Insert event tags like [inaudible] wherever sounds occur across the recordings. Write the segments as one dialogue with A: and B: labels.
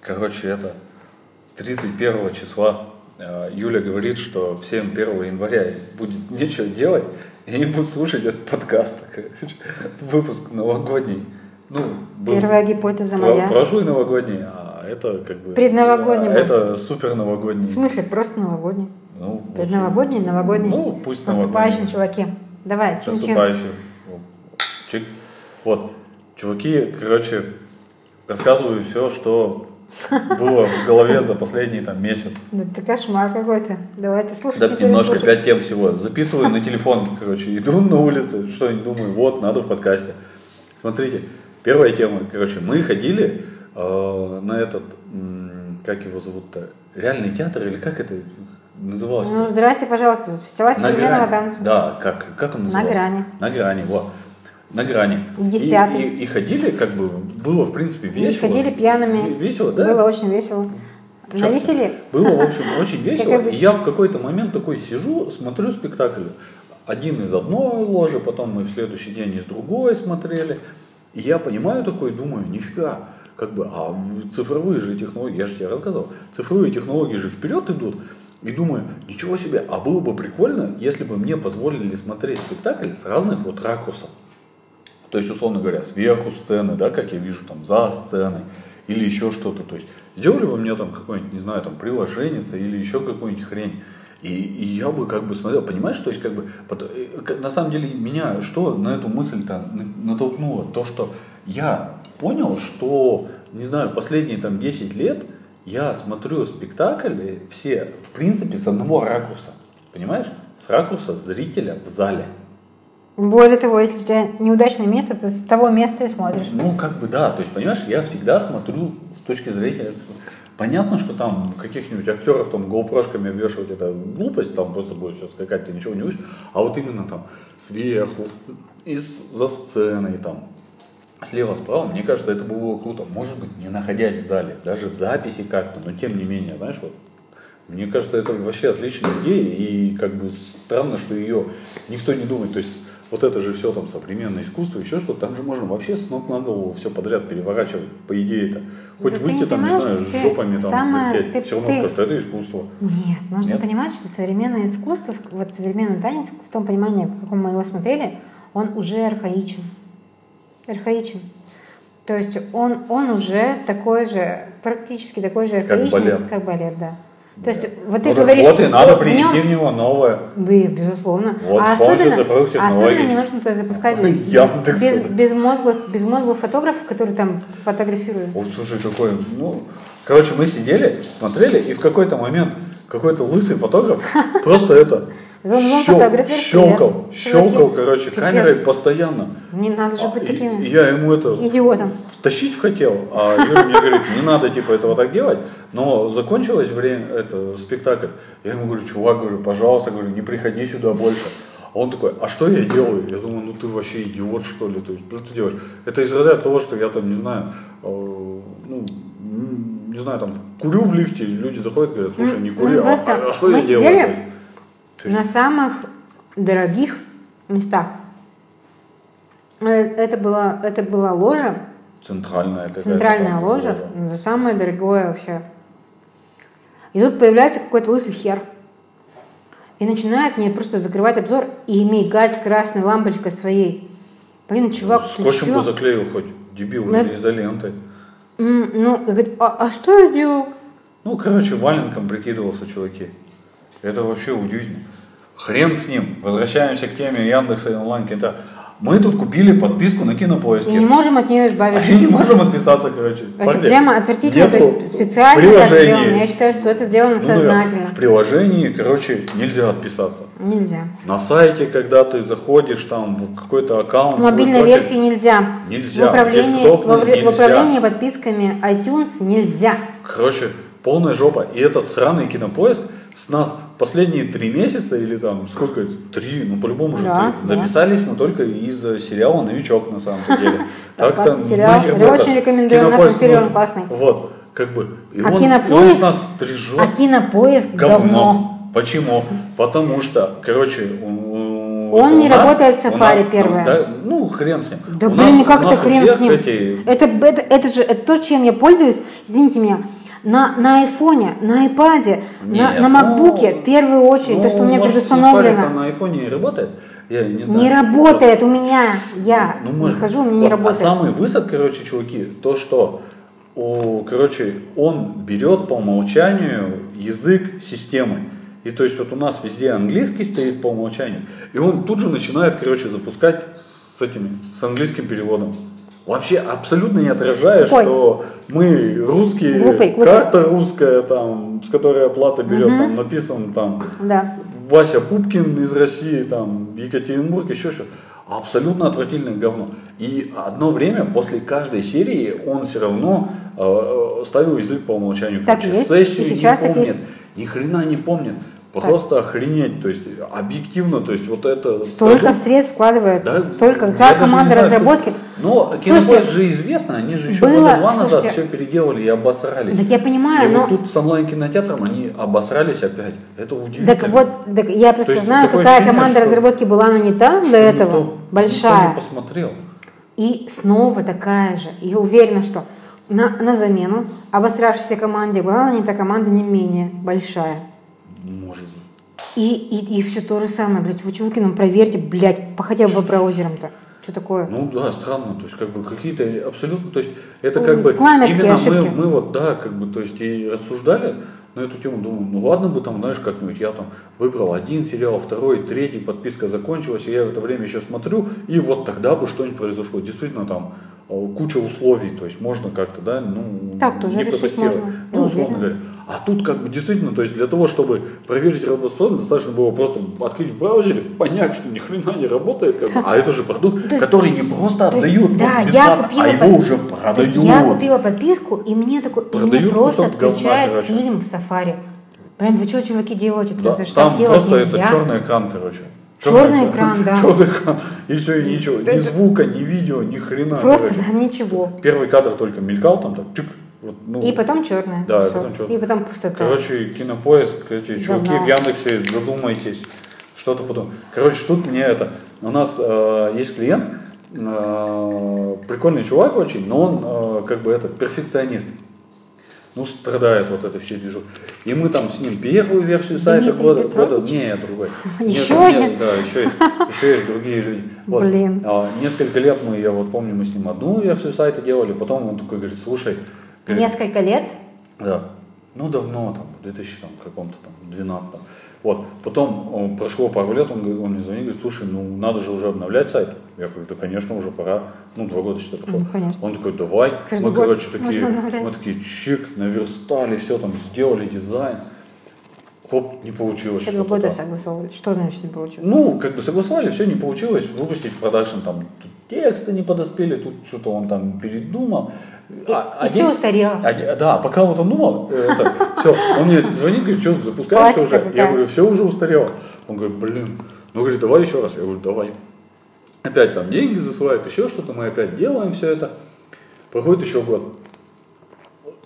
A: Короче, это 31 числа э, Юля говорит, что всем 1 января будет нечего делать, и они будут слушать этот подкаст. короче. Выпуск новогодний. Ну, был
B: Первая гипотеза
A: про-
B: моя.
A: прошлый новогодний, а это как бы...
B: Предновогодний
A: а
B: был.
A: это супер новогодний.
B: В смысле, просто новогодний.
A: Ну, в общем,
B: Предновогодний, новогодний.
A: Ну, пусть
B: С наступающим,
A: новогодний.
B: чуваки. Давай,
A: С
B: чин-чин.
A: наступающим. Ну, Чик. Вот. Чуваки, короче, рассказываю все, что было в голове за последний там месяц.
B: Да ты кошмар какой-то. Давай ты слушай,
A: Да,
B: не
A: немножко
B: переслушай.
A: пять тем всего. Записываю на телефон, короче, иду на улице, что-нибудь думаю, вот, надо в подкасте. Смотрите, первая тема, короче, мы ходили э, на этот, м, как его зовут-то, реальный театр или как это называлось?
B: Ну, здрасте, пожалуйста. Фестиваль
A: на
B: современного
A: грани.
B: танца.
A: Да, как, как он
B: На
A: назывался?
B: грани.
A: На грани, вот. На грани. И-
B: Десятый.
A: И, и ходили, как бы, было, в принципе,
B: Мы
A: весело.
B: ходили пьяными.
A: Ве- Весело, да?
B: Было очень весело.
A: Чё?
B: Навесели.
A: Было, в общем, очень весело.
B: Ну, обычно.
A: И я в какой-то момент такой сижу, смотрю спектакль. Один из одной ложи, потом мы в следующий день из другой смотрели. И я понимаю такой, думаю, нифига, как бы, а цифровые же технологии, я же тебе рассказывал, цифровые технологии же вперед идут. И думаю, ничего себе, а было бы прикольно, если бы мне позволили смотреть спектакль с разных вот ракурсов. То есть, условно говоря, сверху сцены, да, как я вижу, там, за сценой, или еще что-то. То есть, сделали бы мне там какое-нибудь, не знаю, там, приложение или еще какую-нибудь хрень. И, и я бы как бы смотрел, понимаешь, то есть как бы пот- э, к- на самом деле меня что на эту мысль-то на- натолкнуло? То, что я понял, что, не знаю, последние там 10 лет я смотрю спектакли все, в принципе, с одного ракурса, понимаешь? С ракурса зрителя в зале.
B: Более того, если у тебя неудачное место, то с того места и смотришь.
A: Ну, как бы да, то есть, понимаешь, я всегда смотрю с точки зрения... Понятно, что там каких-нибудь актеров там гоупрошками обвешивать это глупость, там просто будет сейчас скакать, ты ничего не увидишь. А вот именно там сверху, из за сценой там, слева, справа, мне кажется, это было круто. Может быть, не находясь в зале, даже в записи как-то, но тем не менее, знаешь, вот мне кажется, это вообще отличная идея, и как бы странно, что ее никто не думает. То есть вот это же все там современное искусство, еще что-то, там же можно вообще с ног на голову все подряд переворачивать, по идее-то. Хоть
B: Да ты
A: выйти
B: не
A: там, не
B: понимаешь,
A: знаю, с
B: ты
A: жопами там
B: самое-
A: вертеть,
B: ты-
A: все равно
B: ты-
A: скажут, это искусство.
B: Нет, нужно
A: Нет?
B: понимать, что современное искусство, вот современный танец, в том понимании, в каком мы его смотрели, он уже архаичен. Архаичен. То есть он, он уже такой же, практически такой же
A: Как
B: архаичен,
A: балет.
B: как балет, да. То есть вот
A: Ну
B: ты
A: так
B: говоришь...
A: вот и надо
B: вот в
A: принести в
B: нём-
A: него новое.
B: Бе- безусловно.
A: Вот
B: а
A: с помощью
B: особенно,
A: цифровых
B: а особенно
A: технологий.
B: не нужно туда запускать
A: [laughs] Яндекс.
B: без, безмозглых, безмозглых фотографов, которые там фотографируют.
A: Вот слушай, какой, ну, короче, мы сидели, смотрели, и в какой-то момент какой-то лысый фотограф просто это
B: Зум-зум,
A: щел-
B: фотографируй,
A: щелкал,
B: привет.
A: щелкал,
B: Чуваки,
A: короче,
B: пипец.
A: камерой постоянно.
B: Не надо же быть
A: А, И-
B: такими
A: и я ему это
B: идиотом.
A: тащить хотел, а Юра мне говорит, не надо типа этого так делать, но закончилось время, это, спектакль, я ему говорю, чувак, говорю, пожалуйста, говорю, не приходи сюда больше. А он такой, а что я делаю? Я думаю, ну ты вообще идиот, что ли, то есть, что ты делаешь? Это из ряда того, что я там, не знаю, э, ну, м, не знаю, там, курю в лифте, люди заходят, говорят, слушай, не
B: Ну,
A: кури, а,
B: просто
A: а- а что
B: мы
A: я делаю?
B: сидели
A: То есть, то есть,
B: на самых дорогих местах. Э, Это была, это была ложа,
A: Центральная какая-то
B: центральная
A: там
B: ложа, за самое дорогое вообще. И тут появляется какой-то лысый хер. И начинает мне просто закрывать обзор и мигать красной лампочкой своей. Блин, чувак, ты
A: Ну, Скотчем
B: чё?
A: бы заклеил хоть, дебил,
B: Ну,
A: или изолентой.
B: М, Ну, и говорит, а, а что я делал?
A: Ну, короче, валенком прикидывался, чуваки. Это вообще удивительно. Хрен с ним. Возвращаемся к теме Яндекса и онлайн кинта. Мы тут купили подписку на кинопоиске.
B: И не можем от нее избавиться.
A: [laughs] А не можем отписаться, короче.
B: Это
A: Парни,
B: прямо отвратительно, то
A: нету
B: есть специально так
A: приложений.
B: сделано. Я считаю, что это сделано
A: Ну, наверное,
B: сознательно.
A: В приложении, короче, нельзя отписаться.
B: Нельзя.
A: На сайте, когда ты заходишь там в какой-то аккаунт.
B: В
A: свой
B: мобильной
A: профиль,
B: версии нельзя.
A: Нельзя.
B: В управлении,
A: В десктопной
B: в увре- в
A: нельзя.
B: управлении подписками iTunes нельзя.
A: Короче, полная жопа. И этот сраный кинопоиск с нас последние три месяца или там сколько? Три, ну по-любому же
B: Да,
A: три.
B: да.
A: Написались мы только из э, сериала «Новичок» на самом
B: [laughs]
A: деле.
B: Так,
A: Так-то
B: классный сериал.
A: нахер
B: Я
A: это.
B: очень рекомендую, Натан
A: Кинопоиск
B: Фирион
A: нужен.
B: классный.
A: Вот, как бы. И
B: А
A: он,
B: «Кинопоиск»?
A: и он с нас стрижет
B: А кинопоиск
A: говно.
B: говно.
A: Почему? Потому что, короче, у- вот
B: Он
A: у
B: не
A: нас-
B: работает в
A: у
B: Safari,
A: нас-
B: первое.
A: да, ну, хрен с ним.
B: Да
A: У
B: блин,
A: нас-
B: ну как
A: у
B: это
A: нас у
B: хрен
A: всех
B: с ним?
A: эти-
B: Это, это, это же это то, чем я пользуюсь, извините меня, на, на айфоне, на айпаде, на,
A: Нет,
B: на
A: ну,
B: макбуке, в первую очередь, то, что у меня
A: может, Safari там
B: предустановлено.
A: на айфоне и работает? Я не знаю.
B: Не работает у меня, я
A: Ну, может,
B: нахожу, у меня
A: вот,
B: не работает.
A: А самый высад, короче, чуваки, то, что, о, короче, он берет по умолчанию язык системы. И то есть вот у нас везде английский стоит по умолчанию, и он тут же начинает, короче, запускать с этими, с английским переводом. Вообще абсолютно не отражая,
B: Тупой.
A: что мы русские,
B: Глупый, глупый.
A: карта русская, там, с которой оплата берет, там написано там
B: Да.
A: Вася Пупкин из России, там, Екатеринбург, еще что-то. Абсолютно отвратительное говно. И одно время, после каждой серии, он все равно э, ставил язык по умолчанию.
B: Так
A: Короче,
B: есть,
A: сессию
B: и сейчас
A: не
B: так
A: помнит,
B: есть.
A: Ни хрена не помнит. Просто охренеть. То есть, объективно, то есть, вот это...
B: Столько в средств вкладывается,
A: Да,
B: столько,
A: я
B: та
A: даже не
B: команда
A: знаю,
B: разработки.
A: сколько. Но Кинопоиск
B: Слушайте,
A: же известно, они же еще
B: было-
A: года два назад
B: слушайте,
A: все переделали и обосрались.
B: Так я понимаю,
A: и
B: но...
A: вот тут с онлайн-кинотеатром они обосрались опять. Это удивительно.
B: Так вот, так я просто
A: есть
B: знаю,
A: такое
B: какая
A: ощущение,
B: команда
A: что-
B: разработки была нанята до этого,
A: Никто-
B: большая.
A: никто не посмотрел.
B: И снова такая же. Я уверена, что на, на замену обостравшейся команде была нанята команда не менее большая.
A: Может быть.
B: И, и, и все то же самое, блядь. Вы, чуваки, ну проверьте, блядь, по- хотя бы по браузерам-то. Что такое?
A: Ну да, странно, то есть как бы какие-то абсолютно, то есть это как бы
B: Пламерские
A: именно мы,
B: ошибки.
A: мы вот да, как бы, то есть и рассуждали на эту тему, думаю, ну ладно бы там, знаешь, как-нибудь я там выбрал один сериал, второй, третий, подписка закончилась, и я в это время еще смотрю, и вот тогда бы что-нибудь произошло. Действительно там э, куча условий, то есть можно как-то, да, ну,
B: Так тоже решить
A: протестировать.
B: можно, я
A: Ну, условно
B: уверена.
A: говоря. А тут как бы действительно, то есть для того, чтобы проверить работоспособность, достаточно было просто открыть в браузере, понять, что ни хрена не работает, как бы.
B: [laughs]
A: а это же продукт,
B: То есть-
A: который не просто
B: То есть,
A: отдают вот
B: да, я
A: бесплатно,
B: купила,
A: а
B: под-
A: его уже
B: то есть я
A: продают.
B: купила подписку, и мне такой, и мне
A: Продают
B: просто
A: кусок говна,
B: отключают
A: короче.
B: фильм в сафари. Блин, вы что, чуваки, делаете?
A: Да,
B: Это ж
A: там
B: так делать
A: просто это
B: нельзя.
A: черный экран, короче.
B: Черный экран,
A: [laughs]
B: да.
A: Черный экран. И все, и ничего. Ни
B: Это-
A: звука, ни видео, ни хрена.
B: Просто
A: короче.
B: там ничего.
A: Первый кадр только мелькал, там так чик. Вот, ну,
B: И потом черное.
A: Да, и потом чёрное.
B: И потом пустота.
A: Короче, кинопоиск, эти чуваки
B: Говно.
A: в Яндексе, задумайтесь, что-то потом. Короче, тут мне это. У нас э, есть клиент, э, прикольный чувак очень, но он э, как бы это перфекционист. Ну, страдает вот этой всей движу. И мы там с ним первую версию сайта
B: Дмитрий
A: года,
B: Петрович?
A: года- Нет,
B: [laughs]
A: другой.
B: Еще
A: Нет, нет,
B: один?
A: Да, еще есть, еще есть другие люди. Вот.
B: Блин.
A: А, Несколько лет мы, я вот помню, мы с ним одну версию сайта делали, потом он такой говорит, слушай, говорит,
B: Несколько лет.
A: да. Ну, давно, там, в 2000 там, каком-то там, 12 Вот. Потом он, прошло пару лет, он, говорит- он мне звонит, говорит, слушай, ну, надо же уже обновлять сайт. Я говорю, да, конечно, уже пора. Ну, два года что-то прошло.
B: Ну, конечно.
A: Он такой, давай.
B: Каждый
A: мы,
B: год
A: короче, такие,
B: можно обновлять.
A: мы такие, чик, наверстали, все там, сделали дизайн. Хоп, не получилось.
B: Еще два
A: что-то
B: года
A: там.
B: согласовывали. Что значит не получилось?
A: Ну, как бы согласовали, все не получилось, выпустить в продакшн, там, тут тексты не подоспели, тут что-то он там передумал. А-
B: и
A: один-
B: все устарело.
A: а, да, пока вот он думал, э, это, все, он мне звонит, говорит, что запускаешь
B: Классика
A: уже? Я
B: какая.
A: говорю, все уже устарело. Он говорит, блин. Ну, говорит, давай еще раз. Я говорю, давай. Опять там деньги засылают, еще что-то, мы опять делаем все это. Проходит еще год.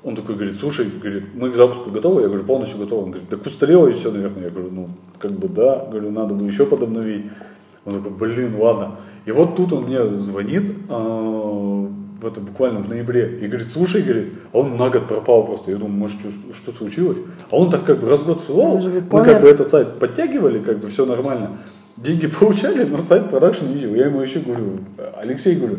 A: Он такой говорит, слушай, говорит, мы к запуску готовы? Я говорю, полностью готовы. Он говорит, так устарело и все, наверное. Я говорю, ну, как бы да. Говорю, надо бы еще подобновить. Он такой, блин, ладно. И вот тут он мне звонит, э, в это буквально в ноябре, и говорит, слушай, говорит, а он на год пропал просто. Я думаю, может, что, что случилось? А он так как бы раз в год всылал.
B: Он же ведь
A: мы
B: помер.
A: как бы этот сайт подтягивали, как бы все нормально. Деньги [laughs] получали, но сайт продакшн не видел. Я ему еще говорю, Алексей, говорю,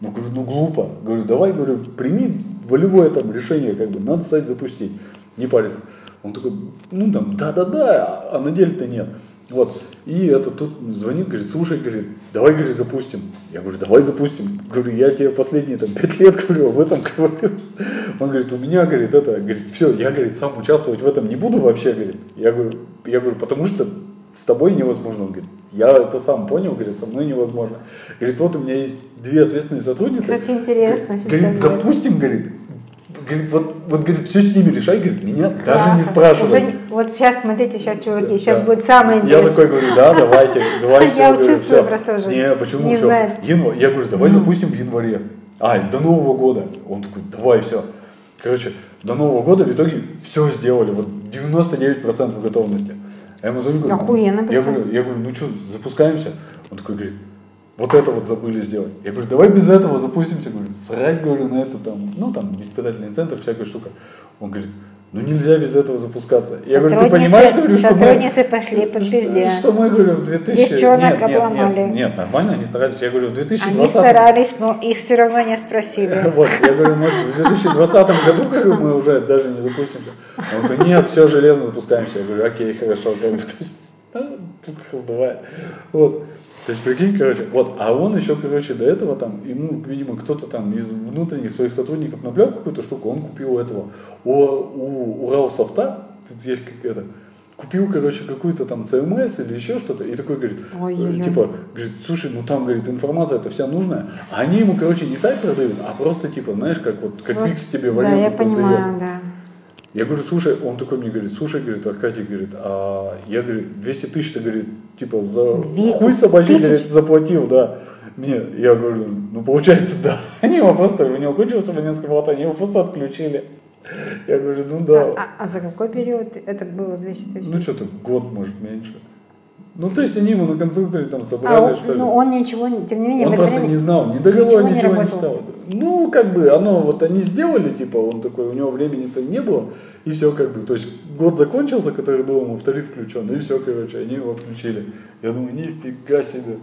A: ну, говорю, ну глупо. Говорю, давай, говорю, прими волевое там решение, как бы, надо сайт запустить, не париться. Он такой, ну там, да-да-да, а на деле-то нет. Вот. И это тут звонит, говорит, слушай, говорит, давай, говорит, запустим. Я говорю, давай запустим. Говорю, я тебе последние там пять лет говорю об этом говорю. Он говорит, у меня, говорит, это, говорит, все, я, говорит, сам участвовать в этом не буду вообще, говорит. Я говорю, я говорю, потому что с тобой невозможно. Он говорит, я это сам понял, говорит, со мной невозможно. Говорит, вот у меня есть две ответственные сотрудницы.
B: Как интересно
A: Говорит,
B: сейчас
A: запустим, говорит. Говорит, вот, вот, говорит, все с ними решай, говорит, меня даже не
B: Классно. Уже
A: спрашивай.
B: не- вот сейчас, смотрите, сейчас, чуваки, сейчас
A: Да.
B: будет самое
A: Я
B: интересное.
A: такой говорю, да,
B: [laughs]
A: давайте, давайте.
B: Я
A: говорю,
B: чувствую
A: всё.
B: просто уже.
A: Не, почему
B: Не Ну.
A: все?
B: знаешь.
A: Январь. Я говорю, давай запустим в январе. А, до Нового года. Он такой, давай, все. Короче, до Нового года в итоге все сделали. Вот 99% готовности. А я ему звоню, говорю,
B: Охуенно
A: я
B: причём.
A: говорю, я говорю, ну что, запускаемся? Он такой говорит, вот это вот забыли сделать. Я говорю, давай без этого запустимся. Говорю, срать, говорю, на эту там, ну там, испытательный центр, всякая штука. Он говорит, ну нельзя без этого запускаться. Я говорю, ты
B: Сотрудницы-
A: понимаешь, говорю, что мы, Ну,
B: сотрудницы пошли по пизде.
A: что мы, говорю, в 2000...
B: Девчонок
A: нет, нет,
B: обломали.
A: нет, нет, нормально, они старались. Я говорю, в 2020...
B: Они старались, но их все равно не спросили.
A: [laughs] Вот, я говорю, может, в 2020 году, говорю, мы уже даже не запустимся. Он говорит, нет, все железно запускаемся. Я говорю, окей, хорошо, как бы, то есть, [laughs] а, только сдувает. Вот. То есть, прикинь, короче, вот, а он еще, короче, до этого там, ему, видимо, кто-то там из внутренних своих сотрудников наплел какую-то штуку, он купил у этого, у, у Уралсофта, тут есть как это, купил, короче, какую-то там CMS или еще что-то, и такой говорит,
B: Ой-ой-ой.
A: э, типа, говорит, слушай, ну там, говорит, информация это вся нужная, а они ему, короче, не сайт продают, а просто, типа, знаешь, как вот, как Викс тебе
B: да, я
A: вариант
B: понимаю, да.
A: я говорю, слушай, он такой мне говорит, слушай, говорит, Аркадий, говорит, а я, говорит, 200 тысяч, ты, говорит, типа, за
B: 200
A: хуй собачий,
B: тысяч?
A: говорит, заплатил, да. Мне, я говорю, ну, получается, да. [laughs] Они его просто, у него кончилась абонентская плата, они его просто отключили. Я говорю, ну да.
B: А, а за какой период это было 200 тысяч?
A: Ну, что-то год, может, меньше. Ну, то есть они ему на конструкторе там
B: а
A: собрали,
B: он,
A: что ли.
B: ну, он ничего, не- тем не менее, в
A: Он
B: это
A: просто
B: время-
A: не знал, ни договор,
B: ничего
A: ничего,
B: не
A: не
B: работал.
A: читал. Ну, как бы, оно вот они сделали, типа, он такой, у него времени-то не было, и все как бы, то есть год закончился, который был ему второй включен, и все, короче, они его отключили. Я думаю, нифига себе.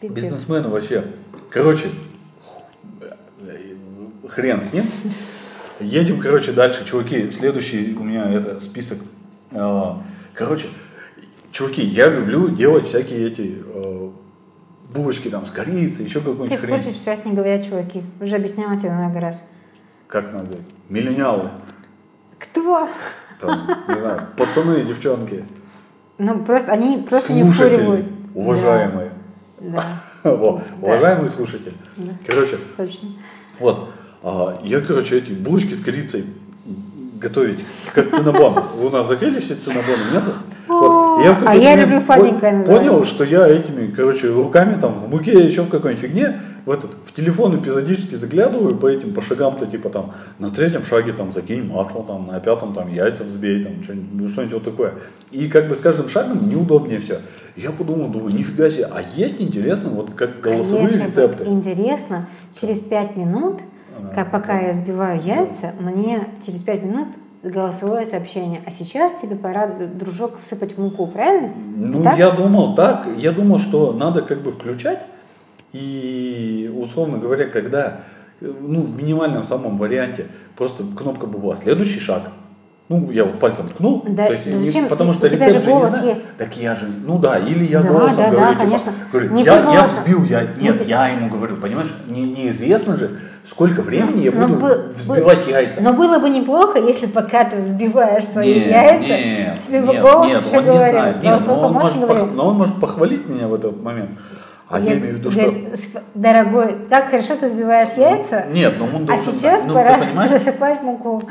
B: Пиздец.
A: Бизнесмены вообще. Короче, хрен с ним. Едем, короче, дальше. Чуваки, следующий у меня это список. Э, Короче, чуваки, я люблю делать всякие эти э, булочки там с корицей, еще
B: Ты
A: какую-нибудь
B: в
A: хрень.
B: курсе, что сейчас не говорят чуваки? Уже объясняла тебе много раз.
A: Как надо? Миллениалы.
B: Кто?
A: Там, не знаю, пацаны и девчонки.
B: Ну, просто они просто не
A: Слушатели,
B: вкуривают.
A: уважаемые.
B: Да, да,
A: Во, Уважаемый слушатель. Короче,
B: точно.
A: Вот. А, я, короче, эти булочки с корицей готовить, как цинабон. У нас закрыли все цинабоны, нету? Вот. И в
B: А
A: какой-то
B: я
A: момент
B: люблю сладенькое
A: пон- Понял,
B: называется.
A: что я этими, короче, руками там в муке еще в какой-нибудь фигне в этот в телефон эпизодически заглядываю по этим по шагам-то типа там на третьем шаге там закинь масло там на пятом там яйца взбей там что-нибудь ну, что-нибудь вот такое и как бы с каждым шагом неудобнее все. Я подумал, думаю, нифига себе, а есть интересно вот как голосовые
B: Конечно,
A: рецепты. А,
B: Интересно, через 5 минут, как пока я сбиваю яйца, мне через 5 минут голосовое сообщение. А сейчас тебе пора, д- дружок, всыпать в муку, правильно?
A: Ну,
B: Так?
A: я думал так. Я думал, что надо как бы включать. И, условно говоря, когда, э, ну, в минимальном самом варианте, просто кнопка бы была «Следующий шаг». Ну, я вот пальцем ткнул.
B: Да, да
A: не-
B: зачем?
A: Потому
B: У
A: что
B: тебя
A: рецепт
B: же
A: не
B: голос
A: знаю.
B: есть.
A: Так я же, ну да, или я
B: Да,
A: голосом
B: да, да,
A: говорю, типа,
B: конечно.
A: говорю,
B: Не
A: я,
B: по
A: я
B: голосу.
A: взбил, я, нет,
B: ты-
A: я ему говорю, понимаешь, не, неизвестно же, сколько времени я
B: Но
A: буду
B: бы-
A: взбивать
B: бы-
A: яйца.
B: Но было бы неплохо, если пока ты взбиваешь свои
A: Нет,
B: яйца,
A: нет,
B: тебе бы
A: нет,
B: голос
A: нет,
B: еще
A: он не знает.
B: говорил.
A: Нет,
B: Голосовой
A: но, он
B: помощник
A: может пох-
B: говорил.
A: но он может похвалить меня в этот момент. А я, имею в виду, что...
B: говорю, «С- Дорогой, так хорошо ты взбиваешь яйца,
A: Нет, но он
B: а
A: должен...
B: сейчас
A: ну,
B: пора
A: ты понимаешь,
B: засыпать муку.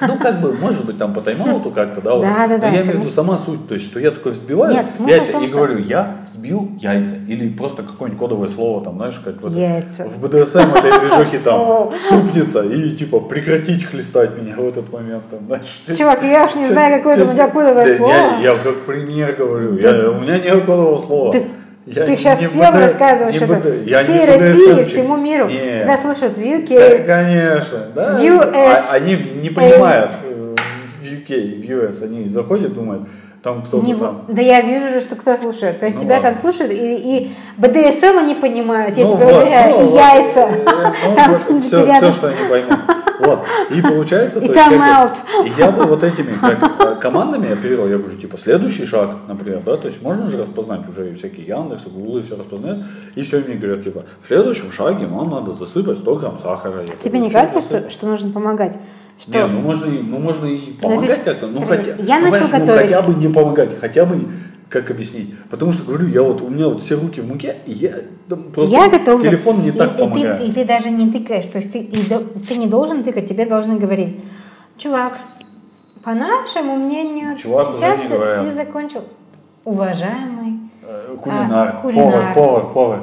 A: ну, как бы, может быть, там по тайм-ауту как-то, да? вот.
B: Да, да, да,
A: Но я имею в виду
B: конечно.
A: сама суть, то есть, что я такой взбиваю
B: Нет, смысл
A: яйца
B: в том,
A: и
B: что-
A: говорю, я сбил яйца. Или просто какое-нибудь кодовое слово, там, знаешь, как в, это-
B: Яйца.
A: в БДСМ этой движухи там,
B: Фу.
A: супница, и типа прекратить хлестать меня в этот момент, там, знаешь.
B: Чувак, я уж не знаю, какое там у тебя кодовое
A: Да,
B: слово.
A: Я, я как пример говорю. я- у меня нет кодового слова.
B: Ты-
A: Я
B: Ты
A: не-
B: сейчас
A: не
B: всем
A: БД-
B: рассказываешь
A: не
B: это.
A: БД- я не
B: Всей
A: БДСМщик.
B: России, всему миру.
A: Нет.
B: Тебя слушают в
A: Да,
B: UK.
A: конечно, да.
B: US.
A: А- Они не понимают э, в UK, в US, они заходят, думают, там кто-то
B: Не
A: там.
B: в- да я вижу же, что кто слушает. То есть
A: Ну
B: тебя
A: ладно.
B: там слушают, и, и БДСМ они понимают, я
A: Ну
B: тебе
A: вот,
B: уверяю,
A: ну
B: и
A: вот,
B: яйца.
A: э,
B: [laughs]
A: ну
B: Там
A: вот,
B: где-то
A: всё- всё,
B: рядом.
A: что они поймут. Вот. И получается,
B: И
A: то есть, как бы,
B: тайм-аут.
A: я бы вот этими как, э, командами я перевел, я говорю, типа, следующий шаг, например, да, то есть можно же распознать уже и всякие Яндекс, и Гуглы, все распознают, и все мне говорят, типа, в следующем шаге вам надо засыпать 100 грамм сахара. Я говорю,
B: Тебе не
A: «Чё
B: кажется,
A: засыпать?»
B: что, что нужно помогать? Что
A: Не, ну можно, и- ну можно и помогать
B: здесь-
A: как-то, ну
B: подожди,
A: хотя,
B: я
A: ну,
B: начну
A: понимаешь, ну,
B: готовить.
A: хотя бы не помогать, хотя бы не- как объяснить. Потому что говорю, я вот у меня вот все руки в муке, и я там просто
B: я готовлю.
A: телефон не
B: И-
A: так
B: и, ты,
A: помогает.
B: и ты даже не тыкаешь. То есть ты, и до- ты не должен тыкать, тебе должны говорить. Чувак, по нашему мнению,
A: Чувак, уже
B: сейчас
A: не
B: ты,
A: говорят.
B: ты закончил. Уважаемый.
A: Э, Кулинар,
B: А, кулинар.
A: повар, повар, повар.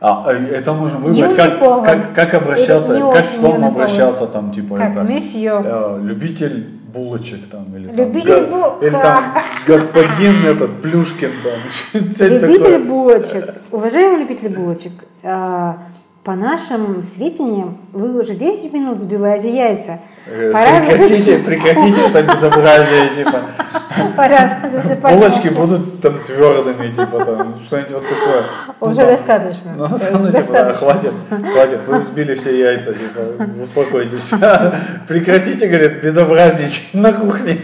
A: А, э, это можно выбрать,
B: Юный
A: как,
B: повар.
A: как, как обращаться,
B: Или не
A: как
B: очень
A: к вам
B: юный повар.
A: обращаться, там типа
B: Как
A: это.
B: месье.
A: э, любитель булочек там или
B: Любитель
A: там,
B: бу-
A: или
B: [laughs]
A: там господин этот Плюшкин там. [laughs] что-нибудь
B: Любители
A: такое.
B: булочек, уважаемые любители булочек, э, по нашим сведениям, вы уже 10 минут сбиваете яйца.
A: Э,
B: Пора
A: Прекратите,
B: засыпать.
A: прекратите это безобразие, типа.
B: Пора засыпать.
A: Булочки будут там твердыми, типа там, что-нибудь вот такое. Ну,
B: Уже
A: там,
B: достаточно.
A: Ну, на самом деле, типа,
B: Достаточно.
A: хватит, хватит, вы взбили все яйца, типа, успокойтесь. [laughs] Прекратите, говорит, безобразничать на кухне.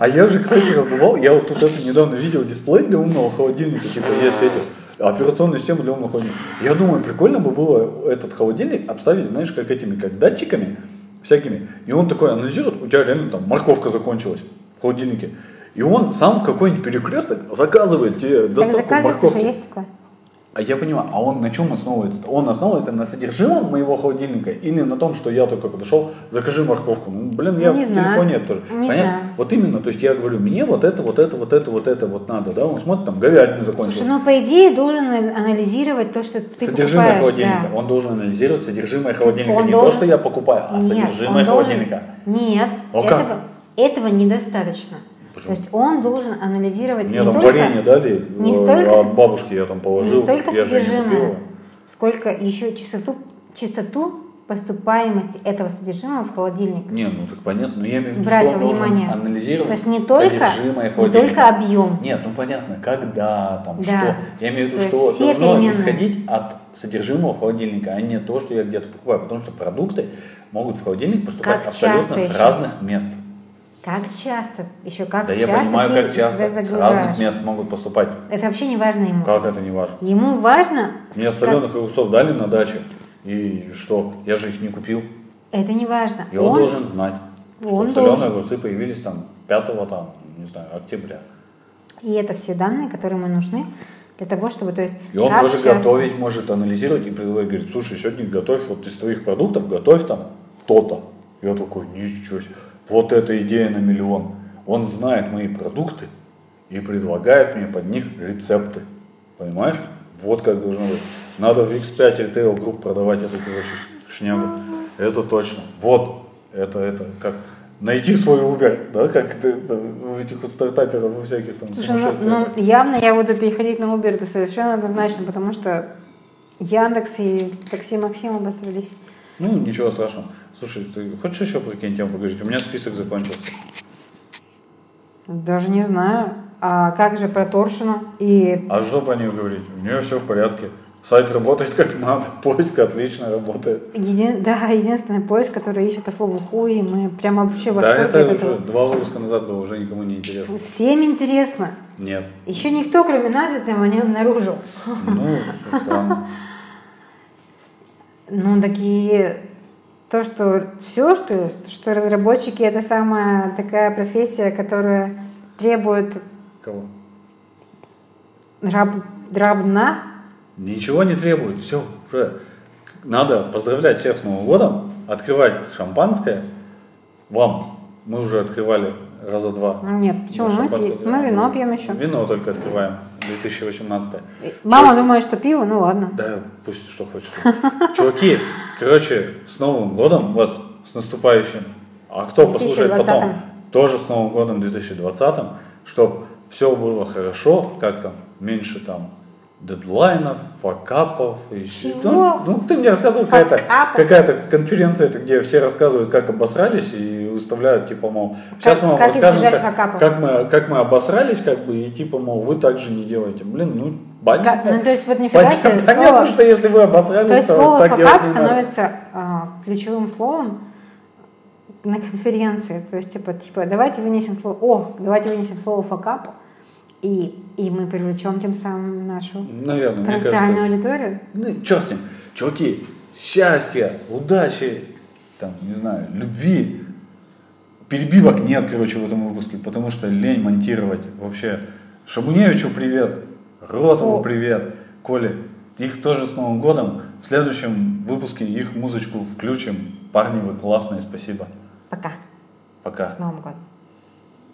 A: А я же, кстати, раздувал, я вот тут это недавно видел, дисплей для умного холодильника, типа, есть эти, операционная система для умного холодильника. Я думаю, прикольно бы было этот холодильник обставить, знаешь, как этими, как датчиками всякими. И он такой анализирует, у тебя реально там морковка закончилась в холодильнике. И он сам в какой-нибудь перекресток заказывает тебе
B: Так
A: доставку
B: заказывается уже
A: морковки.
B: есть такое.
A: А я понимаю, а он на чем основывается? Он основывается на содержимом моего холодильника или на том, что я только подошел, закажи морковку? Ну, блин, я
B: Не
A: в
B: знаю.
A: телефоне это тоже.
B: Не
A: Понятно?
B: знаю.
A: Вот именно, то есть я говорю, мне вот это, вот это, вот это, вот это вот надо, да? Он смотрит, там говядину
B: Слушай,
A: закончил.
B: ну по идее должен анализировать то, что ты
A: Содержимое
B: покупаешь,
A: холодильника.
B: да.
A: Он должен анализировать содержимое холодильника.
B: он
A: не
B: должен-
A: то, что я покупаю, а
B: Нет,
A: содержимое
B: он должен-
A: холодильника.
B: Нет,
A: А как?
B: этого, этого недостаточно.
A: Почему?
B: То есть он должен анализировать
A: Мне
B: не
A: там
B: только,
A: варенье дали,
B: не
A: э,
B: столько-
A: от бабушки я там
B: не
A: положил.
B: столько
A: я же не
B: содержимое,
A: купил.
B: сколько еще чистоту, чистоту поступаемости этого содержимого в холодильник.
A: Не, ну так понятно, но я имею в виду,
B: Брать
A: что он
B: во внимание.
A: должен анализировать
B: То есть не только,
A: содержимое
B: не
A: холодильника.
B: только объем.
A: Нет, ну понятно, когда, там,
B: Да.
A: что. Я имею в виду,
B: То есть
A: что
B: все
A: должно
B: переменные.
A: исходить от содержимого холодильника, а не то, что я где-то покупаю. Потому что продукты могут в холодильник поступать
B: Как
A: абсолютно
B: часто
A: с
B: еще?
A: разных мест.
B: Как часто? Еще как
A: да
B: часто
A: я понимаю,
B: ты
A: как
B: их туда
A: часто с
B: загружаешь?
A: разных мест могут поступать.
B: Это вообще не важно ему.
A: Как это не важно?
B: Ему важно... с-
A: Мне
B: как-
A: соленых огурцов дали на даче. И что? Я же их не купил.
B: Это не важно.
A: И он, должен знать,
B: он
A: что соленые
B: должен.
A: огурцы появились там 5 там, не знаю, октября.
B: И это все данные, которые ему нужны для того, чтобы... То есть,
A: И он
B: как
A: тоже
B: часто-
A: готовить может, анализировать и предлагает, говорит, слушай, сегодня готовь вот из твоих продуктов, готовь там то-то. Я такой, ничего себе, вот эта идея на миллион. Он знает мои продукты и предлагает мне под них рецепты. Понимаешь? Вот как должно быть. Надо в X5 Retail Group продавать эту, короче, шнягу. Это точно. Вот. Это, это, как найти свой Uber, да, как это- это у этих вот стартаперов, у всяких там
B: Слушай, ну,
A: сумасшествий.
B: ну, явно я буду переходить на Uber, это совершенно однозначно, потому что Яндекс и такси Максим обосрались.
A: Ну, ничего страшного. Слушай, ты хочешь еще про какие-нибудь темы поговорить? У меня список закончился.
B: Даже не знаю. А как же про Торшину и...
A: А что про нее говорить? У нее все в порядке. Сайт работает как надо, [laughs] поиск отлично работает.
B: един- Да, единственный поезд, который ищет по слову хуй, и мы прямо вообще в
A: да,
B: восторге
A: это
B: от
A: уже
B: этого.
A: два выпуска назад было, уже никому не интересно.
B: Всем интересно.
A: Нет.
B: Еще никто, кроме нас, этого не обнаружил.
A: Ну, странно.
B: Ну, такие... То, что все, что, что разработчики, это самая такая профессия, которая требует
A: Кого?
B: раб, драбна.
A: Ничего не требует, все, уже. Надо поздравлять всех с Новым годом, открывать шампанское. Вам. Мы уже открывали раза два.
B: Ну, Нет, почему?
A: Да,
B: Мы,
A: шампанское
B: пи-
A: открываем.
B: мы вино пьем еще.
A: Вино только открываем, 2018.
B: Мама думает, что пиво, ну ладно.
A: Да, пусть что хочет. [laughs] Чуваки, короче, с Новым годом вас, с наступающим. А кто послушает
B: 2020.
A: потом, тоже с Новым годом 2020, чтобы все было хорошо, как там, меньше там дедлайнов, факапов. И...
B: Чего?
A: Ну, ну, ты мне рассказывал про это.
B: Факапов?
A: Какая-то конференция, это где все рассказывают, как обосрались и выставляют, типа, мол, сейчас мы вам
B: как
A: расскажем,
B: избежать
A: как,
B: факапов?
A: как мы, как мы обосрались, как бы, и типа, мол, вы так же не делаете. Блин, ну,
B: Как-
A: понятно.
B: ну, то есть вот нифига
A: Понятно,
B: себе
A: понятно,
B: слово.
A: что если вы обосрались,
B: То есть
A: то
B: слово
A: так делать
B: «факап»
A: не надо.
B: становится а, ключевым словом на конференции. То есть, типа, типа, давайте вынесем слово «о», давайте вынесем слово «факап», и, и мы привлечем тем самым нашу
A: Наверное, мне
B: провинциальную
A: кажется.
B: аудиторию.
A: Ну, черт с ним. Чуваки, счастья, удачи, там, не знаю, любви. Перебивок нет, короче, в этом выпуске, потому что лень монтировать вообще. Шабуневичу привет, Ротову
B: О.
A: привет, Коле. Их тоже с Новым годом. В следующем выпуске их музычку включим. Парни, вы классные, спасибо.
B: Пока.
A: Пока.
B: С Новым годом.